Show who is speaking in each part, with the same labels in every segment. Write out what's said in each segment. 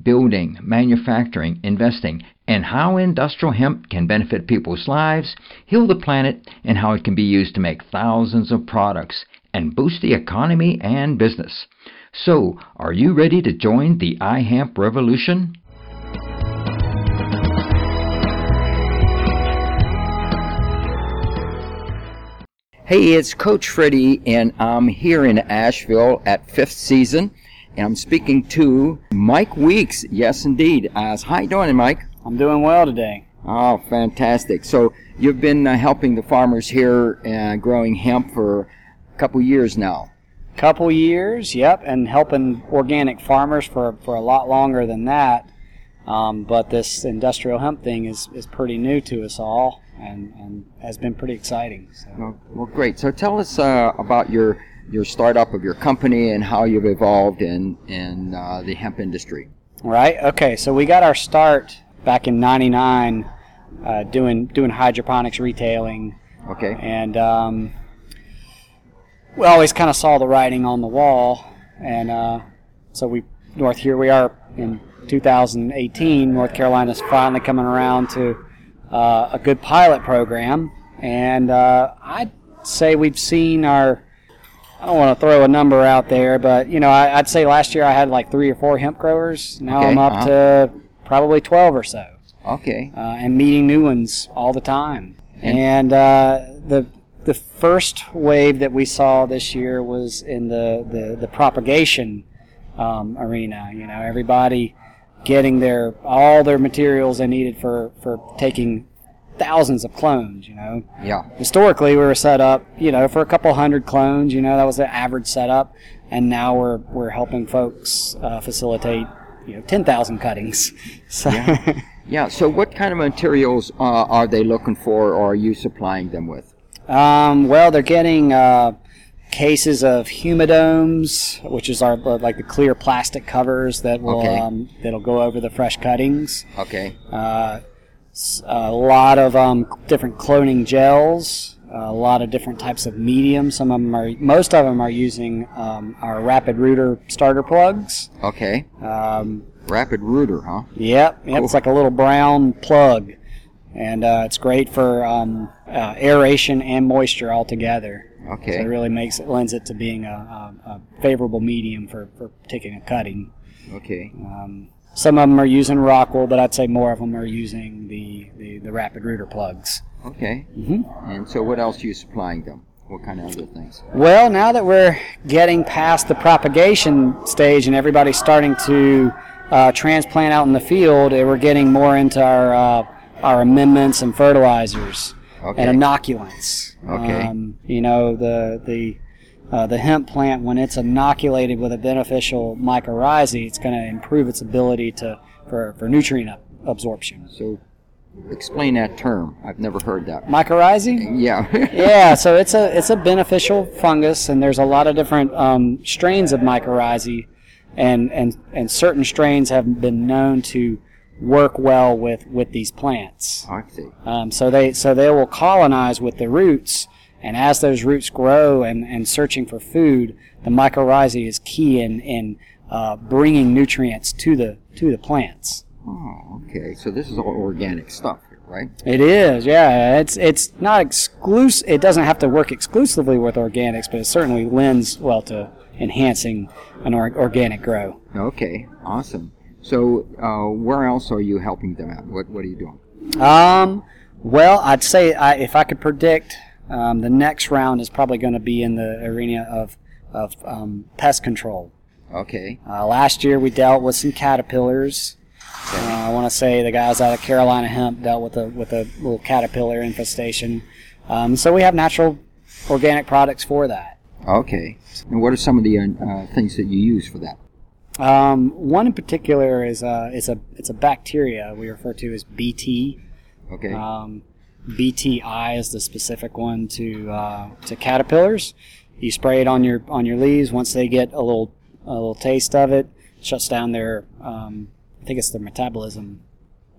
Speaker 1: building, manufacturing, investing, and how industrial hemp can benefit people's lives, heal the planet, and how it can be used to make thousands of products and boost the economy and business. So, are you ready to join the iHemp revolution? Hey, it's Coach Freddie, and I'm here in Asheville at Fifth Season, and I'm speaking to Mike Weeks. Yes, indeed. Uh, so how you doing, Mike?
Speaker 2: I'm doing well today.
Speaker 1: Oh, fantastic! So you've been uh, helping the farmers here uh, growing hemp for a couple years now.
Speaker 2: Couple years, yep, and helping organic farmers for, for a lot longer than that. Um, but this industrial hemp thing is, is pretty new to us all and, and has been pretty exciting. So.
Speaker 1: Well, Oh, well great. So tell us uh, about your your startup of your company and how you've evolved in in uh, the hemp industry.
Speaker 2: Right. Okay. So we got our start back in '99 uh, doing doing hydroponics retailing.
Speaker 1: Okay.
Speaker 2: And um, we always kind of saw the writing on the wall, and uh, so we north here we are in 2018. North Carolina's finally coming around to uh, a good pilot program, and uh, I'd say we've seen our I don't want to throw a number out there, but you know, I, would say last year I had like three or four hemp growers. Now
Speaker 1: Okay,
Speaker 2: I'm up
Speaker 1: uh-huh.
Speaker 2: to probably 12 or so,
Speaker 1: Okay.
Speaker 2: uh, and meeting new ones all the time.
Speaker 1: And-
Speaker 2: And uh, the the first wave that we saw this year was in the the, the propagation um, arena. You know, everybody getting their all their materials they needed for for taking thousands of clones. You know,
Speaker 1: Yeah.
Speaker 2: historically we were set up you know for a couple hundred clones you know that was the average setup and now we're we're helping folks uh, facilitate you know 10,000 cuttings so
Speaker 1: Yeah. So what kind of materials uh, are they looking for, or are you supplying them with?
Speaker 2: um, well they're getting uh, cases of humidomes which is our uh, like the clear plastic covers that will
Speaker 1: Okay.
Speaker 2: um, that'll go over the fresh cuttings
Speaker 1: Okay.
Speaker 2: uh, s- a lot of um, different cloning gels, a lot of different types of medium. Some of them are, most of them are using um, our rapid rooter starter plugs.
Speaker 1: Okay.
Speaker 2: Um,
Speaker 1: Rapid rooter, huh?
Speaker 2: yep, yep,
Speaker 1: Cool.
Speaker 2: it's like a little brown plug, and uh, it's great for um, uh, aeration and moisture all together.
Speaker 1: Okay.
Speaker 2: So it really makes it lends it to being a, a, a favorable medium for, for taking a cutting.
Speaker 1: Okay.
Speaker 2: Um, some of them are using Rockwell, but I'd say more of them are using the, the, the rapid rooter plugs.
Speaker 1: Okay.
Speaker 2: hmm
Speaker 1: And so, what else are you supplying them? What kind of other things?
Speaker 2: Well, now that we're getting past the propagation stage and everybody's starting to uh, transplant out in the field, eh, we're getting more into our, uh, our amendments and fertilizers
Speaker 1: Okay.
Speaker 2: and inoculants.
Speaker 1: Okay.
Speaker 2: Um, you know, the, the, uh, the hemp plant, when it's inoculated with a beneficial mycorrhizae, it's going to improve its ability to, for, for nutrient ab- absorption.
Speaker 1: So, explain that term. I've never heard that.
Speaker 2: Mycorrhizae?
Speaker 1: Yeah.
Speaker 2: Yeah, so it's a it's a beneficial fungus, and there's a lot of different um, strains of mycorrhizae, and, and and certain strains have been known to work well with with these plants.
Speaker 1: I see.
Speaker 2: Um, so they so they will colonize with the roots, and as those roots grow and, and searching for food, the mycorrhizae is key in in uh, bringing nutrients to the to the plants.
Speaker 1: Oh, okay. So this is all organic stuff, here, right?
Speaker 2: It is, yeah. It's it's not exclusive. It doesn't have to work exclusively with organics, but it certainly lends well to enhancing an or- organic grow.
Speaker 1: Okay. Awesome. So, uh, where else are you helping them out? What What are you doing?
Speaker 2: Um, well, I'd say I, if I could predict, um, the next round is probably going to be in the arena of of um, pest control.
Speaker 1: Okay.
Speaker 2: Uh, last year we dealt with some caterpillars. Uh, I want to say the guys out of Carolina Hemp dealt with a with a little caterpillar infestation. Um, so we have natural organic products for that.
Speaker 1: Okay. And what are some of the uh, things that you use for that?
Speaker 2: Um, one in particular is uh, it's a it's a bacteria we refer to as BT.
Speaker 1: Okay.
Speaker 2: Um, BTI is the specific one to uh, to caterpillars. You spray it on your on your leaves. Once they get a little a little taste of it, it shuts down their um, I think it's their metabolism.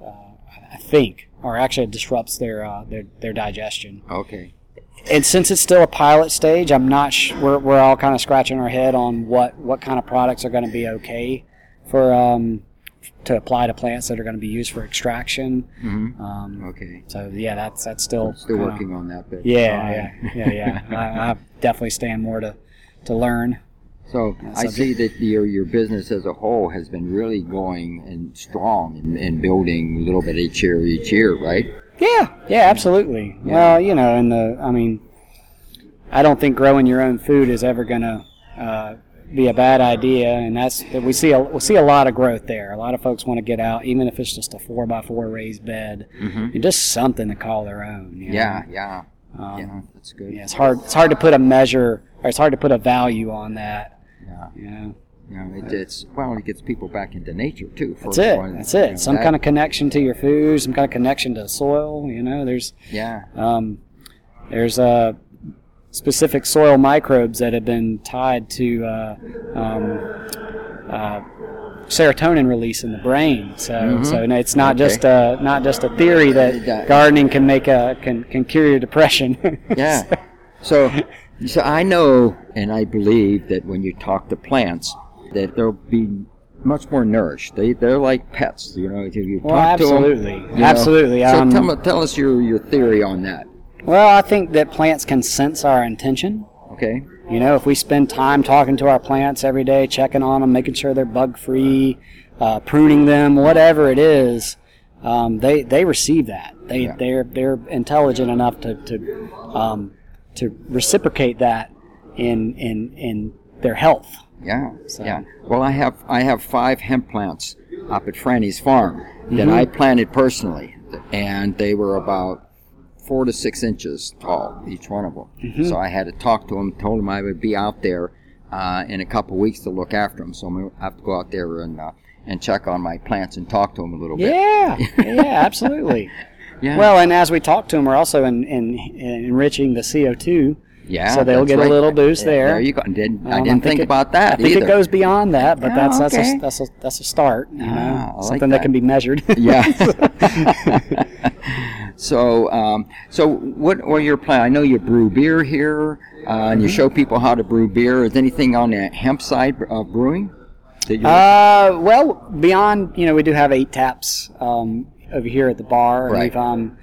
Speaker 2: Uh, I- I think, or actually it disrupts their uh, their their digestion.
Speaker 1: Okay.
Speaker 2: And since it's still a pilot stage, I'm not. Sh- we're we're all kind of scratching our head on what what kind of products are going to be okay for um, to apply to plants that are going to be used for extraction.
Speaker 1: hmm
Speaker 2: Um,
Speaker 1: Okay.
Speaker 2: so yeah, that's that's still
Speaker 1: Still
Speaker 2: kinda-
Speaker 1: working on that bit.
Speaker 2: uh, Yeah, yeah, yeah, yeah. I, I definitely stand more to to learn.
Speaker 1: So
Speaker 2: Yeah,
Speaker 1: I
Speaker 2: so-
Speaker 1: see that your your business as a whole has been really going and strong and, and building a little bit each year each year, right?
Speaker 2: Yeah, yeah, absolutely.
Speaker 1: Yeah.
Speaker 2: Well, you know, and the I mean, I don't think growing your own food is ever gonna uh, be a bad idea, and that's that we see a we see a lot of growth there. A lot of folks want to get out, even if it's just a four by four raised bed,
Speaker 1: Mm-hmm.
Speaker 2: and just something to call their own. you know?
Speaker 1: Yeah, yeah,
Speaker 2: Um,
Speaker 1: yeah. That's good.
Speaker 2: yeah, It's hard. It's hard to put a measure, or it's hard to put a value on that.
Speaker 1: Yeah,
Speaker 2: You know.
Speaker 1: yeah. It, it's well, it gets people back into nature too.
Speaker 2: That's it. That's it. Some kind of connection to your food, some kind of connection to the soil. You know, there's
Speaker 1: yeah.
Speaker 2: um, there's uh, specific soil microbes that have been tied to uh, um, uh, serotonin release in the brain. So,
Speaker 1: Mhm.
Speaker 2: so no, it's not
Speaker 1: Okay.
Speaker 2: just a, not just a theory
Speaker 1: Yeah.
Speaker 2: that gardening can make a can, can cure your depression.
Speaker 1: Yeah. So, so I know and I believe that when you talk to plants, that they'll be much more nourished. They they're like pets, you know. If you
Speaker 2: well,
Speaker 1: talk
Speaker 2: absolutely,
Speaker 1: to them,
Speaker 2: absolutely.
Speaker 1: So
Speaker 2: Um,
Speaker 1: tell, tell us your, your theory on that.
Speaker 2: well, I think that plants can sense our intention.
Speaker 1: Okay.
Speaker 2: You know, if we spend time talking to our plants every day, checking on them, making sure they're bug free, uh, pruning them, whatever it is, um, they they receive that. They
Speaker 1: Yeah.
Speaker 2: they're they're intelligent enough to to um, to reciprocate that in in in their health.
Speaker 1: Yeah.
Speaker 2: So-
Speaker 1: Yeah. Well, I have I have five hemp plants up at Franny's farm that I planted personally, and they were about four to six inches tall, each one of them. So I had to talk to them, told them I would be out there uh, in a couple weeks to look after them. So I'm gonna have to go out there and uh, and check on my plants and talk to them a little bit.
Speaker 2: Yeah, yeah, absolutely.
Speaker 1: Yeah.
Speaker 2: Well, and as we talk to them, we're also in, in, in enriching the CO two.
Speaker 1: yeah.
Speaker 2: so they'll
Speaker 1: that's
Speaker 2: get a
Speaker 1: right.
Speaker 2: little boost there.
Speaker 1: There you go. And didn't, I
Speaker 2: Um, I
Speaker 1: didn't think,
Speaker 2: think it-
Speaker 1: about that
Speaker 2: I think
Speaker 1: either.
Speaker 2: it goes beyond that, but
Speaker 1: Yeah,
Speaker 2: that's that's
Speaker 1: Oh, okay.
Speaker 2: a, that's a that's a start. You know,
Speaker 1: Ah, I like that.
Speaker 2: something that can be measured.
Speaker 1: Yeah. so, um, so what are your plans? I know you brew beer here, uh,
Speaker 2: Mm-hmm.
Speaker 1: and you show people how to brew beer. Is anything on the hemp side of brewing? That you
Speaker 2: Uh, well, beyond you know, we do have eight taps um, over here at the bar. and
Speaker 1: Right.
Speaker 2: We've, um,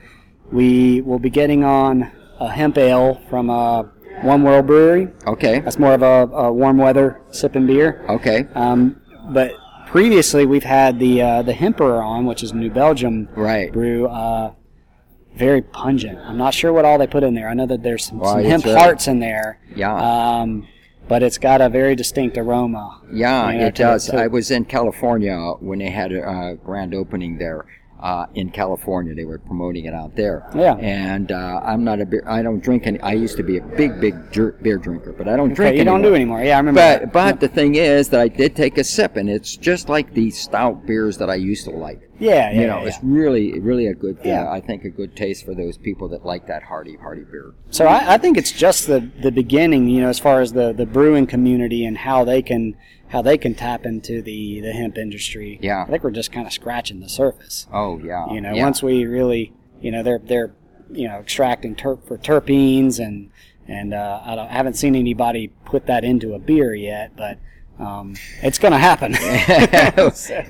Speaker 2: we will be getting on a hemp ale from uh, One World Brewery.
Speaker 1: okay,
Speaker 2: That's more of a, a warm weather sipping beer.
Speaker 1: okay,
Speaker 2: Um, but previously, we've had the uh, the Hemperer on, which is a New Belgium
Speaker 1: right.
Speaker 2: brew. Uh, very pungent. I'm not sure what all they put in there. I know that there's some,
Speaker 1: Why,
Speaker 2: some
Speaker 1: it's
Speaker 2: hemp
Speaker 1: a-
Speaker 2: hearts in there.
Speaker 1: Yeah,
Speaker 2: Um, but it's got a very distinct aroma.
Speaker 1: yeah,
Speaker 2: yeah,
Speaker 1: it
Speaker 2: to the-
Speaker 1: does.
Speaker 2: to-
Speaker 1: I was in California when they had a uh, grand opening there. Uh, in California, they were promoting it out there.
Speaker 2: Yeah.
Speaker 1: And uh, I'm not a beer. I don't drink any. I used to be a big, big jer- beer drinker, but I don't drink.
Speaker 2: Okay, you don't
Speaker 1: anymore.
Speaker 2: do anymore. Yeah, I remember.
Speaker 1: But
Speaker 2: that.
Speaker 1: but the thing is that I did take a sip, and it's just like the stout beers that I used to like.
Speaker 2: yeah, yeah,
Speaker 1: you know,
Speaker 2: yeah.
Speaker 1: it's really really a good. Yeah.
Speaker 2: Yeah.
Speaker 1: I think a good taste for those people that like that hearty hearty beer.
Speaker 2: So I, I think it's just the, the beginning, you know, as far as the, the brewing community and how they can how they can tap into the, the hemp industry.
Speaker 1: Yeah.
Speaker 2: I think we're just kind of scratching the surface.
Speaker 1: Oh yeah.
Speaker 2: You know,
Speaker 1: yeah.
Speaker 2: once we really, you know, they're they're you know extracting ter- for terpenes and and uh, I, don't, I haven't seen anybody put that into a beer yet, but um, it's going to happen.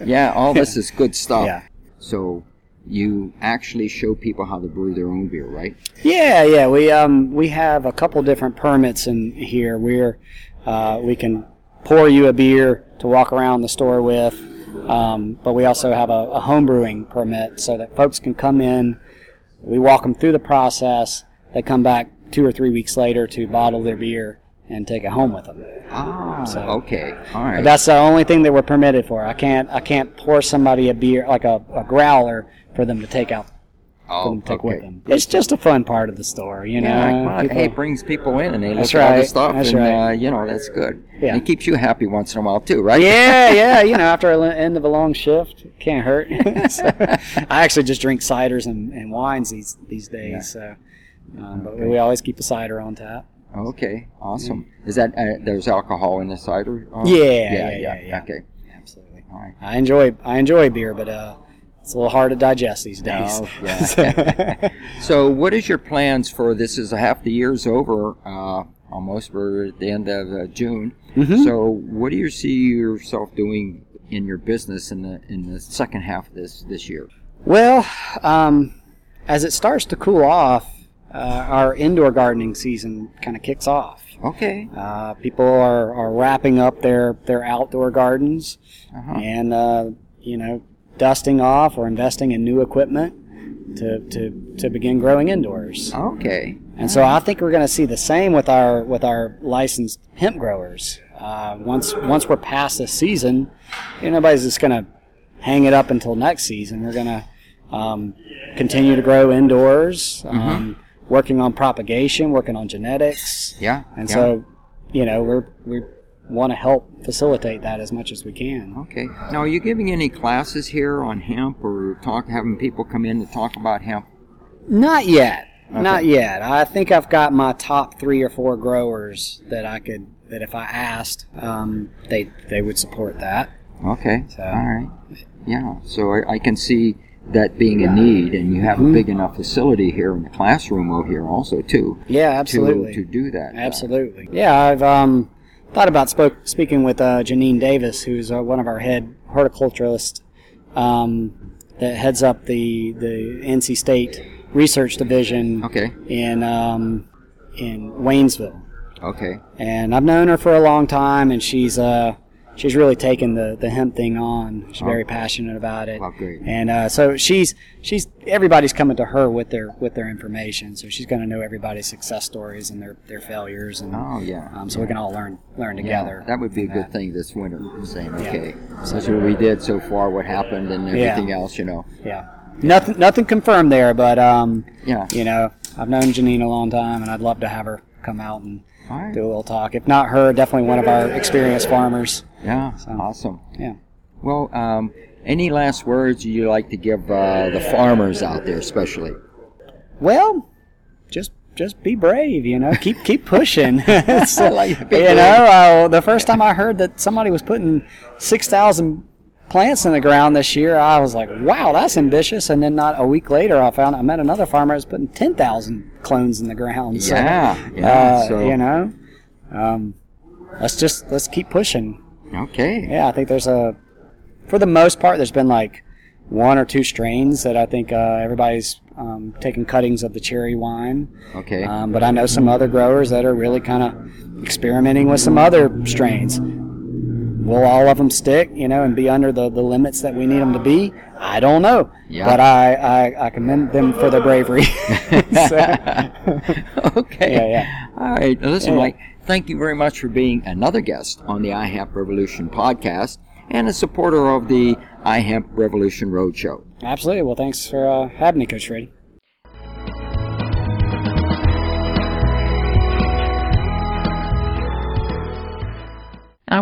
Speaker 1: yeah, all this is good stuff.
Speaker 2: Yeah.
Speaker 1: So you actually show people how to brew their own beer, right?
Speaker 2: Yeah, yeah. We um we have a couple different permits in here. We're uh, we can pour you a beer to walk around the store with, um, but we also have a, a home brewing permit so that folks can come in. We walk them through the process. They come back two or three weeks later to bottle their beer and take it home with them.
Speaker 1: Ah. okay. All right.
Speaker 2: But that's the only thing that we're permitted for. I can't I can't pour somebody a beer like a, a growler for them to take out for
Speaker 3: Oh,
Speaker 2: them to take with
Speaker 3: okay.
Speaker 2: them. It's just a fun part of the store, you know.
Speaker 3: yeah, well,
Speaker 2: people-
Speaker 3: hey, it brings people in and they
Speaker 2: That's
Speaker 3: look at all
Speaker 2: right,
Speaker 3: this stuff,
Speaker 2: that's
Speaker 3: and
Speaker 2: right.
Speaker 3: uh, you know that's good.
Speaker 2: Yeah.
Speaker 3: And it keeps you happy once in a while too, right?
Speaker 2: yeah, yeah. You know, after the end of a long shift, it can't hurt. So, I actually just drink ciders and, and wines these these days.
Speaker 3: Yeah.
Speaker 2: So, um, but we always keep a cider on tap.
Speaker 3: Okay, awesome. Is that uh, there's alcohol in the cider? Oh,
Speaker 2: Mm. Yeah, yeah, yeah, yeah.
Speaker 3: Okay,
Speaker 2: Absolutely.
Speaker 3: all right.
Speaker 2: I enjoy I enjoy beer, but uh, it's a little hard to digest these days.
Speaker 3: Oh, yeah.
Speaker 2: So-
Speaker 3: So, what is your plans for this? Is half the year's over uh, almost. We're at the end of uh, June.
Speaker 2: Mhm.
Speaker 3: So, what do you see yourself doing in your business in the in the second half of this this year?
Speaker 2: Well, um, as it starts to cool off, uh, our indoor gardening season kind of kicks off.
Speaker 3: Okay.
Speaker 2: Uh, people are, are wrapping up their, their outdoor gardens
Speaker 3: Uh-huh.
Speaker 2: and, uh, you know, dusting off or investing in new equipment to, to, to begin growing indoors.
Speaker 3: Okay.
Speaker 2: And so I think we're going to see the same with our with our licensed hemp growers. Uh, once once we're past this season, you know, nobody's just going to hang it up until next season. We're going to um, continue to grow indoors, um, working on propagation, working on genetics,
Speaker 3: Yeah.
Speaker 2: and
Speaker 3: yeah.
Speaker 2: so you know we're we want to help facilitate that as much as we can.
Speaker 3: Okay. Now, are you giving any classes here on hemp, or talk having people come in to talk about hemp?
Speaker 2: Not yet. Not yet. I think I've got my top three or four growers that I could that if I asked, um, they they would support that.
Speaker 3: Okay.
Speaker 2: So-
Speaker 3: All right. Yeah. So I, I can see that being a need, and you have a big enough facility here in the classroom over here also too.
Speaker 2: Yeah,
Speaker 3: to-
Speaker 2: absolutely.
Speaker 3: To, do that.
Speaker 2: Absolutely. Yeah, I've um, thought about spoke, speaking with uh, Janine Davis, who's uh, one of our head horticulturalists um, that heads up the the NC State Research Division
Speaker 3: Okay.
Speaker 2: in um, in Waynesville.
Speaker 3: Okay.
Speaker 2: and I've known her for a long time, and she's uh, she's really taken the, the hemp thing on. She's very passionate about it,
Speaker 3: Well, great.
Speaker 2: and uh, so she's she's everybody's coming to her with their with their information. So she's going to know everybody's success stories and their, their failures, and
Speaker 3: Oh yeah.
Speaker 2: um, so we can all learn learn
Speaker 3: Yeah,
Speaker 2: together.
Speaker 3: that would be a
Speaker 2: from
Speaker 3: good
Speaker 2: that.
Speaker 3: thing this winter. Saying okay, so that's what we did so far, what happened, and
Speaker 2: Yeah.
Speaker 3: everything else, you know.
Speaker 2: Yeah, nothing nothing confirmed there, but um,
Speaker 3: Yeah.
Speaker 2: you know, I've known Janine a long time, and I'd love to have her come out and
Speaker 3: All right.
Speaker 2: do a little talk. If not her, definitely one of our experienced farmers.
Speaker 3: Yeah. Awesome.
Speaker 2: Yeah.
Speaker 3: Well, um, any last words you like to give uh, the farmers out there, especially?
Speaker 2: Well, just just be brave, you know. Keep keep pushing. It's,
Speaker 3: I like it.
Speaker 2: you know, uh, the first time I heard that somebody was putting six thousand plants in the ground this year, I was like, "Wow, that's ambitious." And then not a week later, I found I met another farmer that was putting ten thousand clones in the ground. So,
Speaker 3: Yeah.
Speaker 2: uh,
Speaker 3: Yeah. so,
Speaker 2: you know, um, let's just let's keep pushing.
Speaker 3: okay.
Speaker 2: Yeah, I think there's a, for the most part, there's been like one or two strains that I think uh, everybody's um, taking cuttings of the cherry wine.
Speaker 3: Okay.
Speaker 2: Um, but I know some other growers that are really kind of experimenting with some other strains. Will all of them stick, you know, and be under the, the limits that we need them to be? I don't know.
Speaker 3: Yeah.
Speaker 2: But I, I, I commend them for their bravery.
Speaker 3: okay.
Speaker 2: Yeah, yeah.
Speaker 3: All right. Now, Listen,
Speaker 2: Yeah.
Speaker 3: Mike, thank you very much for being another guest on the IHAMP Revolution podcast and a supporter of the IHAMP Revolution Roadshow.
Speaker 2: Absolutely. Well, thanks for uh, having me, Coach Freddie.
Speaker 1: I